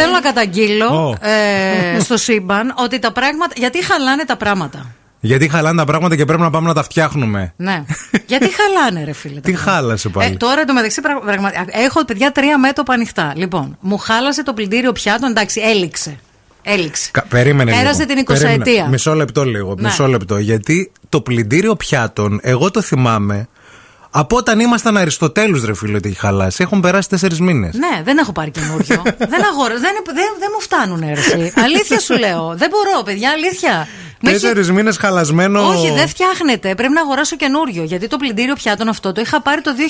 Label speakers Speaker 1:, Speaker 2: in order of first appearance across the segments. Speaker 1: Θέλω να καταγγείλω
Speaker 2: Ω.
Speaker 1: ε, στο σύμπαν ότι τα πράγματα. Γιατί χαλάνε τα πράγματα.
Speaker 2: Γιατί χαλάνε τα πράγματα και πρέπει να πάμε να τα φτιάχνουμε.
Speaker 1: Ναι. Γιατί χαλάνε, ρε φίλε. τα
Speaker 2: Τι
Speaker 1: πράγματα.
Speaker 2: χάλασε πάλι.
Speaker 1: Ε, τώρα εντωμεταξύ πραγματικά. Έχω παιδιά τρία μέτωπα ανοιχτά. Λοιπόν, μου χάλασε το πλυντήριο πιάτων. Εντάξει, έληξε. Έληξε.
Speaker 2: Κα- Περίμενε
Speaker 1: Πέρασε
Speaker 2: λίγο.
Speaker 1: την 20
Speaker 2: Περίμενε.
Speaker 1: ετία.
Speaker 2: Μισό λεπτό λίγο.
Speaker 1: Ναι.
Speaker 2: Μισό λεπτό. Γιατί το πλυντήριο πιάτων, εγώ το θυμάμαι από όταν ήμασταν Αριστοτέλους, ρε φίλε, ότι έχει χαλάσει. Έχουν περάσει τέσσερις μήνες.
Speaker 1: Ναι, δεν έχω πάρει καινούριο. δεν αγόρασα. Δεν, δεν, δεν μου φτάνουν έρεση. αλήθεια σου λέω. Δεν μπορώ, παιδιά, αλήθεια. Μου έχει-
Speaker 2: Τέσσερις μήνες χαλασμένο.
Speaker 1: Όχι, δεν φτιάχνεται. Πρέπει να αγοράσω καινούριο. Γιατί το πλυντήριο πιάτων αυτό το είχα πάρει το 2000.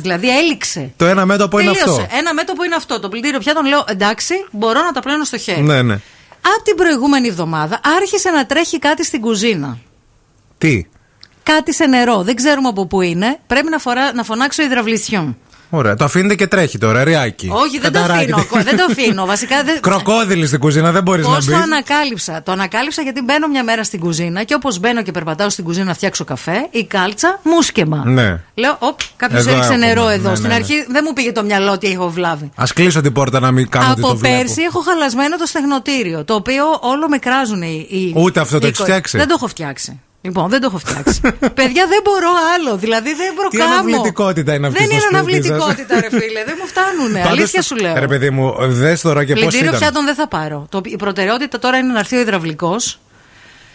Speaker 1: Δηλαδή έληξε.
Speaker 2: Το ένα μέτωπο είναι
Speaker 1: Τελείωσε.
Speaker 2: αυτό.
Speaker 1: Ένα μέτωπο είναι αυτό. Το πλυντήριο πια τον λέω εντάξει, μπορώ να τα πλένω στο χέρι.
Speaker 2: Ναι, ναι.
Speaker 1: Από την προηγούμενη εβδομάδα άρχισε να τρέχει κάτι στην κουζίνα.
Speaker 2: Τι.
Speaker 1: Κάτι σε νερό. Δεν ξέρουμε από πού είναι. Πρέπει να, φορά, να φωνάξω υδραυλισιόν.
Speaker 2: Ωραία. Το αφήνετε και τρέχει τώρα, ριάκι.
Speaker 1: Όχι, δεν το
Speaker 2: Καταράκι.
Speaker 1: αφήνω. ακό- δεν το αφήνω. Βασικά δεν.
Speaker 2: Κροκόδιλη στην κουζίνα, δεν μπορείς να
Speaker 1: Πώς
Speaker 2: μπει.
Speaker 1: το ανακάλυψα. Το ανακάλυψα γιατί μπαίνω μια μέρα στην κουζίνα και όπως μπαίνω και περπατάω στην κουζίνα να φτιάξω καφέ, η κάλτσα μουσκεμα.
Speaker 2: Ναι.
Speaker 1: Λέω, οπ, κάποιος
Speaker 2: Εδώ
Speaker 1: έριξε
Speaker 2: έχουμε.
Speaker 1: νερό
Speaker 2: Ναι,
Speaker 1: εδώ.
Speaker 2: ναι,
Speaker 1: Στην
Speaker 2: ναι.
Speaker 1: αρχή δεν μου πήγε το μυαλό ότι έχω βλάβει.
Speaker 2: Ας κλείσω την πόρτα να μην κάνω ότι
Speaker 1: Από
Speaker 2: το βλέπω.
Speaker 1: πέρσι έχω χαλασμένο το στεγνοτήριο, το οποίο όλο με κράζουν οι. οι
Speaker 2: Ούτε αυτό το
Speaker 1: οι
Speaker 2: έχεις
Speaker 1: κο-
Speaker 2: φτιάξει.
Speaker 1: Δεν το έχω φτιάξει. Λοιπόν, δεν το έχω φτιάξει. Παιδιά, δεν μπορώ άλλο. Δηλαδή δεν προκάμω.
Speaker 2: αναβλητικότητα είναι αυτή
Speaker 1: Δεν
Speaker 2: στο
Speaker 1: είναι
Speaker 2: σπίτι
Speaker 1: αναβλητικότητα,
Speaker 2: σας.
Speaker 1: ρε φίλε. Δεν μου φτάνουνε.
Speaker 2: Πάντως,
Speaker 1: Αλήθεια σου λέω.
Speaker 2: Ρε παιδί μου, δες τώρα και πώς
Speaker 1: Πλυντήριο
Speaker 2: ήταν.
Speaker 1: πιάτων δεν θα πάρω. Το, η προτεραιότητα τώρα είναι να έρθει ο υδραυλικός.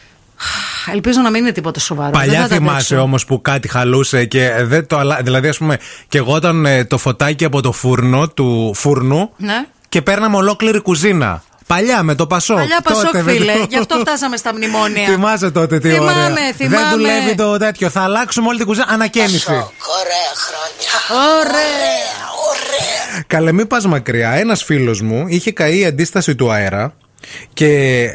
Speaker 1: Ελπίζω να μην είναι τίποτα σοβαρό. δεν
Speaker 2: Παλιά
Speaker 1: θα τα
Speaker 2: θυμάσαι
Speaker 1: αντέξω.
Speaker 2: όμως που κάτι χαλούσε και δεν το αλλα... Δηλαδή, ας πούμε, και εγώ όταν ε, το φωτάκι από το φούρνο του φούρνου
Speaker 1: Ναι.
Speaker 2: και παίρναμε ολόκληρη κουζίνα. Παλιά με το Πασόκ.
Speaker 1: Παλιά
Speaker 2: Τότε,
Speaker 1: Πασόκ,
Speaker 2: με το-
Speaker 1: φίλε. Γι' αυτό φτάσαμε στα μνημόνια.
Speaker 2: Θυμάσαι τότε τι
Speaker 1: Θυμάμαι,
Speaker 2: ωραία.
Speaker 1: θυμάμαι.
Speaker 2: Δεν δουλεύει το τέτοιο. Θα αλλάξουμε όλη την κουζίνα. Ανακαίνιση.
Speaker 3: Πασόκ, ωραία χρόνια.
Speaker 1: Ωραία.
Speaker 3: Ωραία.
Speaker 2: Καλέ, μην πας μακριά. Ένας φίλος μου είχε καεί η αντίσταση του αέρα και,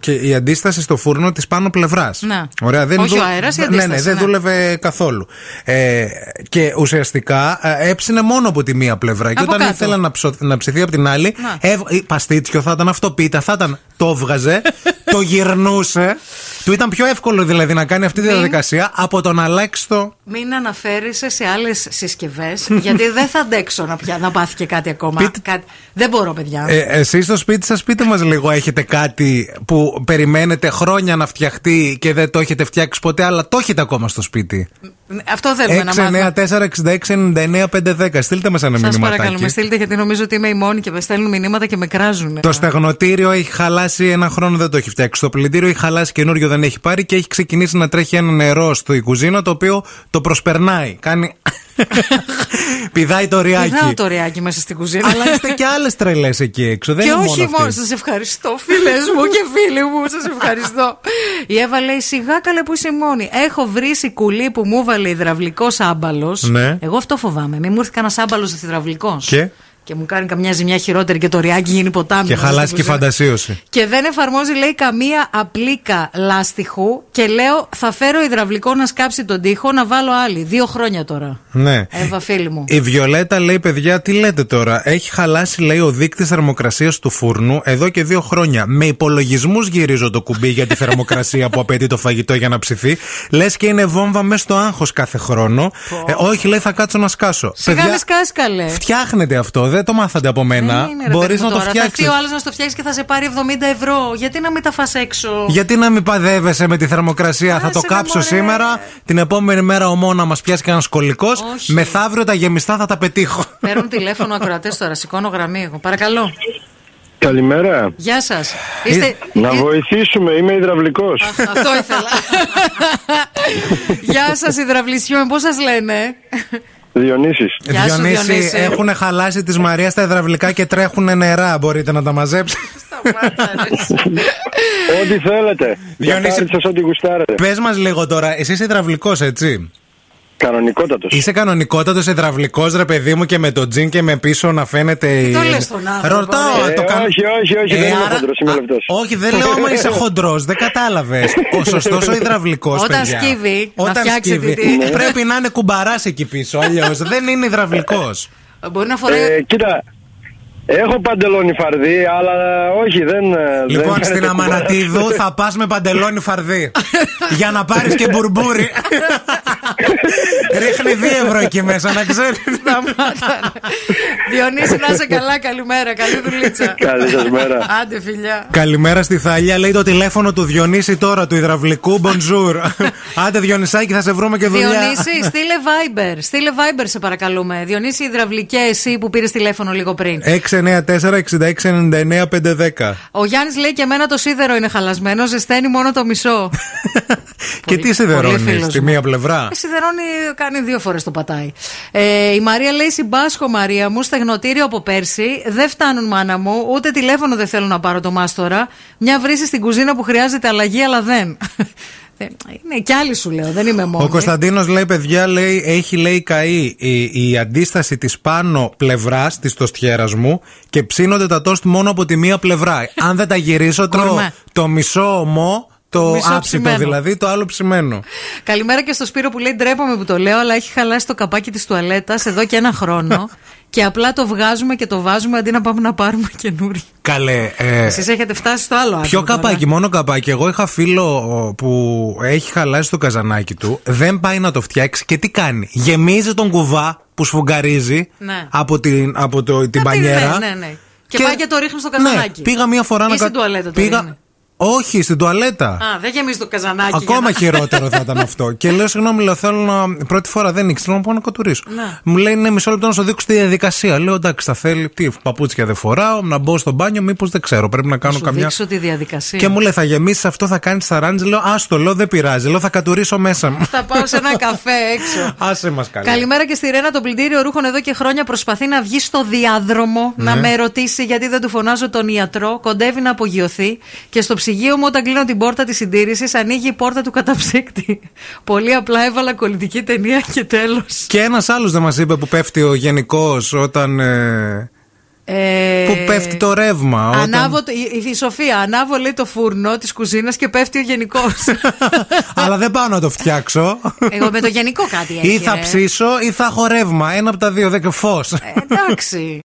Speaker 2: και η αντίσταση στο φούρνο της πάνω πλευράς.
Speaker 1: Ναι.
Speaker 2: Ωραία, δεν
Speaker 1: Όχι ο αέρας, η
Speaker 2: ναι,
Speaker 1: αντίσταση,
Speaker 2: ναι, δεν
Speaker 1: ναι.
Speaker 2: δούλευε καθόλου. Ε, και ουσιαστικά ε, έψινε μόνο από τη μία πλευρά. Και
Speaker 1: Από
Speaker 2: όταν
Speaker 1: κάτω.
Speaker 2: ήθελα να, ψω, να ψηθεί από την άλλη,
Speaker 1: Να.
Speaker 2: ευ, ή παστίτσιο θα ήταν αυτό, πίτα θα ήταν. Το βγαζε, το γυρνούσε. Του ήταν πιο εύκολο δηλαδή να κάνει αυτή τη
Speaker 1: Μην.
Speaker 2: διαδικασία από το να αλλάξει το.
Speaker 1: Μην αναφέρεσαι σε άλλες συσκευές, γιατί δεν θα αντέξω να, πια, να πάθει και κάτι ακόμα.
Speaker 2: Πείτε-
Speaker 1: Κάτι- Δεν μπορώ, παιδιά.
Speaker 2: Ε, εσείς στο σπίτι σας πείτε μας λίγο έχετε κάτι που περιμένετε χρόνια να φτιαχτεί και δεν το έχετε φτιάξει ποτέ αλλά το έχετε ακόμα στο σπίτι
Speaker 1: Αυτό θέλουμε να μάθουμε.
Speaker 2: 694-6699-510 στείλτε μας ένα
Speaker 1: Σας
Speaker 2: μηνυματάκι
Speaker 1: παρακαλούμε, στείλτε γιατί νομίζω ότι είμαι η μόνη και με στέλνουν μηνύματα και με κράζουν.
Speaker 2: το στεγνοτήριο έχει χαλάσει ένα χρόνο, δεν το έχει φτιάξει. Το πλυντήριο έχει χαλάσει, καινούριο δεν έχει πάρει και έχει ξεκινήσει να τρέχει ένα νερό στο η κουζίνα το οποίο το προσπερνάει. Κάνει. Πηδάει το ριάκι.
Speaker 1: Πηδάω το ρεάκι μέσα στην κουζίνα.
Speaker 2: Αλλά είστε και άλλες τρελές εκεί έξω. Δεν
Speaker 1: και
Speaker 2: είναι
Speaker 1: όχι
Speaker 2: μόνο αυτή.
Speaker 1: μόνο. Σας ευχαριστώ, φίλες μου και φίλοι μου. Σας ευχαριστώ. Η Εύα λέει: Σιγά καλέ που είσαι μόνη. Έχω βρει κουλή που μου βάλε υδραυλικός άμπαλος.
Speaker 2: Ναι.
Speaker 1: Εγώ αυτό φοβάμαι. Μην μου έρθει κανένας άμπαλος υδραυλικό.
Speaker 2: Και?
Speaker 1: και μου κάνει καμιά ζημιά χειρότερη και το ριάκι γίνει ποτάμι.
Speaker 2: Και
Speaker 1: μέσα
Speaker 2: χαλάσει
Speaker 1: στην
Speaker 2: και η
Speaker 1: κουζίνα.
Speaker 2: φαντασίωση.
Speaker 1: Και δεν εφαρμόζει, λέει, καμία απλίκα λάστιχου. Και λέω, θα φέρω υδραυλικό να σκάψει τον τοίχο, να βάλω άλλη. Δύο χρόνια τώρα.
Speaker 2: Ναι.
Speaker 1: Εύα, φίλη μου.
Speaker 2: Η Βιολέτα λέει, παιδιά, τι λέτε τώρα. Έχει χαλάσει, λέει, ο δείκτης θερμοκρασίας του φούρνου εδώ και δύο χρόνια. Με υπολογισμούς γυρίζω το κουμπί για τη θερμοκρασία που απαιτεί το φαγητό για να ψηθεί. Λες και είναι βόμβα μέσα στο άγχος κάθε χρόνο. Ε, όχι, λέει, θα κάτσω να σκάσω.
Speaker 1: Σιγά με σκάς, καλέ.
Speaker 2: Φτιάχνετε αυτό, δεν το μάθατε από μένα.
Speaker 1: Δεν Ε, είναι, ρε
Speaker 2: Μπορείς
Speaker 1: παιδί μου,
Speaker 2: να το
Speaker 1: τώρα. Θα έρθει
Speaker 2: φτιάξεις.
Speaker 1: ο άλλος να στο φτιάξει και θα σε πάρει 70 ευρώ. Γιατί να μην τα φας έξω.
Speaker 2: Γιατί να μην παδεύεσαι με τη θερμοκρασία, θα
Speaker 1: Άσε
Speaker 2: το
Speaker 1: με,
Speaker 2: κάψω
Speaker 1: μωρέ.
Speaker 2: σήμερα. Την επόμενη μέρα ο μόνο μας πιάσει κανένας κολλικός.
Speaker 1: Όχι. Ε,
Speaker 2: Μεθαύριο τα γεμιστά θα τα πετύχω.
Speaker 1: Παίρνουν τηλέφωνο ακροατές τώρα. Σηκώνω γραμμή εγώ. Παρακαλώ.
Speaker 4: Καλημέρα.
Speaker 1: Γεια σας. Είστε.
Speaker 4: Να
Speaker 1: Ε,
Speaker 4: βοηθήσουμε, είμαι υδραυλικός.
Speaker 1: Αυτό ήθελα. Γεια σας, υδραυλισιόν. Πώς σας λένε.
Speaker 4: Διονύσης.
Speaker 2: Ε.
Speaker 1: Γεια σου, Διονύση.
Speaker 2: έχουν χαλάσει τη Μαρίας τα υδραυλικά και τρέχουν νερά. Μπορείτε να τα μαζέψετε.
Speaker 1: Σταμάτα, ρε.
Speaker 4: Ό,τι θέλετε.
Speaker 2: Διονύση. Ε.
Speaker 4: Διονύση. σας ό,τι γουστάρετε.
Speaker 2: Πες μας λίγο τώρα, εσύ είσαι υδραυλικός, έτσι.
Speaker 4: Κανονικότατος.
Speaker 2: Είσαι κανονικότατος υδραυλικό, ρε παιδί μου, και με το τζιν και με πίσω να φαίνεται.
Speaker 1: Τι το
Speaker 2: η-
Speaker 1: λες τον άνθρωπο,
Speaker 2: Ρωτάω,
Speaker 1: ρε.
Speaker 2: το
Speaker 4: Ε,
Speaker 2: κάνω.
Speaker 4: όχι, όχι, όχι, δεν είμαι χοντρός, είμαι
Speaker 2: α,
Speaker 4: λεπτός.
Speaker 2: Όχι, δεν λέω άμα είσαι χοντρός, δεν κατάλαβες. Ο σωστός ο υδραυλικός.
Speaker 1: Όταν σκύβει, να φτιάξει τη- τη- Ναι.
Speaker 2: πρέπει να είναι κουμπαράς εκεί πίσω. Αλλιώς δεν είναι υδραυλικός. Ε.
Speaker 1: Μπορεί να φοράει.
Speaker 4: Ε, κοίτα, Έχω παντελόνι φαρδί, αλλά όχι, δεν. ε, δεν
Speaker 2: Λοιπόν,
Speaker 4: φαίνεται
Speaker 2: στην
Speaker 4: κουβέντα.
Speaker 2: Αμανατίδου θα πας με παντελόνι φαρδί. για να πάρεις και μπουρμπούρι. Ρίχνει δύο ευρώ εκεί μέσα, να ξέρεις.
Speaker 1: Σταμάτα. Διονύση, να είσαι καλά. Καλημέρα. Καλή δουλίτσα.
Speaker 4: Καλή σας μέρα.
Speaker 1: Άντε, φιλιά.
Speaker 2: Καλημέρα στη Θαλία. Λέει το τηλέφωνο του Διονύση τώρα, του υδραυλικού. Bonjour. Άντε, Διονυσάκη, θα σε βρούμε και δουλειά.
Speaker 1: Διονύση, στείλε Viber. Στείλε Viber, σε παρακαλούμε. Διονύση, υδραυλικές, εσύ που πήρες τηλέφωνο λίγο πριν.
Speaker 2: 694-6699-510.
Speaker 1: Ο Γιάννης λέει και εμένα το σίδερο είναι χαλασμένο, ζεσταίνει μόνο το μισό.
Speaker 2: και τι
Speaker 1: πολύ
Speaker 2: σιδερώνει
Speaker 1: φίλος
Speaker 2: στη
Speaker 1: μου.
Speaker 2: μία πλευρά.
Speaker 1: Ε, Σιδερώνει, κάνει δύο φορές το πατάει. Ε, η Μαρία λέει: Συμπάσχω, Μαρία μου, στεγνοτήριο από πέρσι. Δεν φτάνουν, μάνα μου. Ούτε τηλέφωνο δεν θέλω να πάρω το μάστορα. Μια βρύση στην κουζίνα που χρειάζεται αλλαγή, αλλά δεν. Ε, Είναι κι άλλοι σου λέω, δεν είμαι μόνη.
Speaker 2: Ο Κωνσταντίνος λέει, παιδιά, λέει, έχει λέει καεί η, η αντίσταση της πάνω πλευράς της τοστιέρας μου και ψήνονται τα τόστ μόνο από τη μία πλευρά. Αν δεν τα γυρίσω, τρώω
Speaker 1: Κορμέ.
Speaker 2: το μισό ομό, το
Speaker 1: Μισό
Speaker 2: άψητο
Speaker 1: ψημένο.
Speaker 2: δηλαδή, το άλλο ψημένο.
Speaker 1: Καλημέρα και στο Σπύρο που λέει: Ντρέπομαι που το λέω, αλλά έχει χαλάσει το καπάκι της τουαλέτας εδώ και ένα χρόνο. και απλά το βγάζουμε και το βάζουμε αντί να πάμε να πάρουμε καινούριο.
Speaker 2: Καλέ, ε,
Speaker 1: Εσείς έχετε φτάσει στο άλλο άκρο.
Speaker 2: Ποιο
Speaker 1: τώρα.
Speaker 2: καπάκι, μόνο καπάκι. Εγώ είχα φίλο ο, που έχει χαλάσει το καζανάκι του, δεν πάει να το φτιάξει και τι κάνει. Γεμίζει τον κουβά που σφουγγαρίζει
Speaker 1: Ναι.
Speaker 2: από την, από το, την
Speaker 1: τη-
Speaker 2: πανιέρα.
Speaker 1: ναι, ναι, ναι. Και πάει και το ρίχνει στο καζανάκι.
Speaker 2: Ναι, πήγα μία φορά
Speaker 1: Ή
Speaker 2: να
Speaker 1: στην
Speaker 2: κα-
Speaker 1: τουαλέτα το ρίχνει.
Speaker 2: πήγα... Όχι, στην τουαλέτα.
Speaker 1: Α, δεν γεμίζει το καζανάκι. για
Speaker 2: Ακόμα
Speaker 1: να-
Speaker 2: χειρότερο θα ήταν αυτό. Και λέω, συγγνώμη, λέω, θέλω να. Πρώτη φορά δεν ήξερα, να πάω να κοτουρίσω.
Speaker 1: Ναι.
Speaker 2: Μου λέει, ναι, μισό λεπτό να σου δείξω τη διαδικασία. Λέω, εντάξει, θα θέλει. Τι, παπούτσια δεν φοράω, να μπω στο μπάνιο, μήπως δεν ξέρω. Πρέπει να κάνω
Speaker 1: Σου
Speaker 2: καμιά.
Speaker 1: δείξω τη διαδικασία.
Speaker 2: Και μου λέει, θα γεμίσεις αυτό, θα κάνεις σαράντζ. Λέω, άστο, λέω, δεν πειράζει. Λέω, θα κατουρίσω μέσα μου.
Speaker 1: Θα πάω σε ένα καφέ έξω.
Speaker 2: Άσε μας καλά.
Speaker 1: Καλημέρα και στη Ρένα. Το πλυντήριο ρούχων εδώ και χρόνια προσπαθεί να βγει στο διάδρομο να
Speaker 2: Ναι.
Speaker 1: με ρωτήσει γιατί δεν του φωνάζω τον ιατρό. Κοντεύει να απογειωθεί. Και στο ψυγείο μου, όταν κλείνω την πόρτα της συντήρησης, ανοίγει η πόρτα του καταψύκτη. Πολύ απλά έβαλα κολλητική ταινία και τέλος.
Speaker 2: Και ένας άλλος δεν μας είπε που πέφτει ο γενικός όταν. ε,
Speaker 1: Ε,
Speaker 2: Που πέφτει το ρεύμα. όταν-
Speaker 1: Ανάβω, το- η, η Σοφία, ανάβω λέει το φούρνο της κουζίνας και πέφτει ο γενικός.
Speaker 2: Αλλά δεν πάω να το φτιάξω.
Speaker 1: Εγώ με το γενικό κάτι
Speaker 2: Ή
Speaker 1: έχει.
Speaker 2: θα
Speaker 1: Ε, ρε.
Speaker 2: ψήσω ή θα έχω ρεύμα. Ένα από τα δύο, δεν φως.
Speaker 1: Ε, Εντάξει.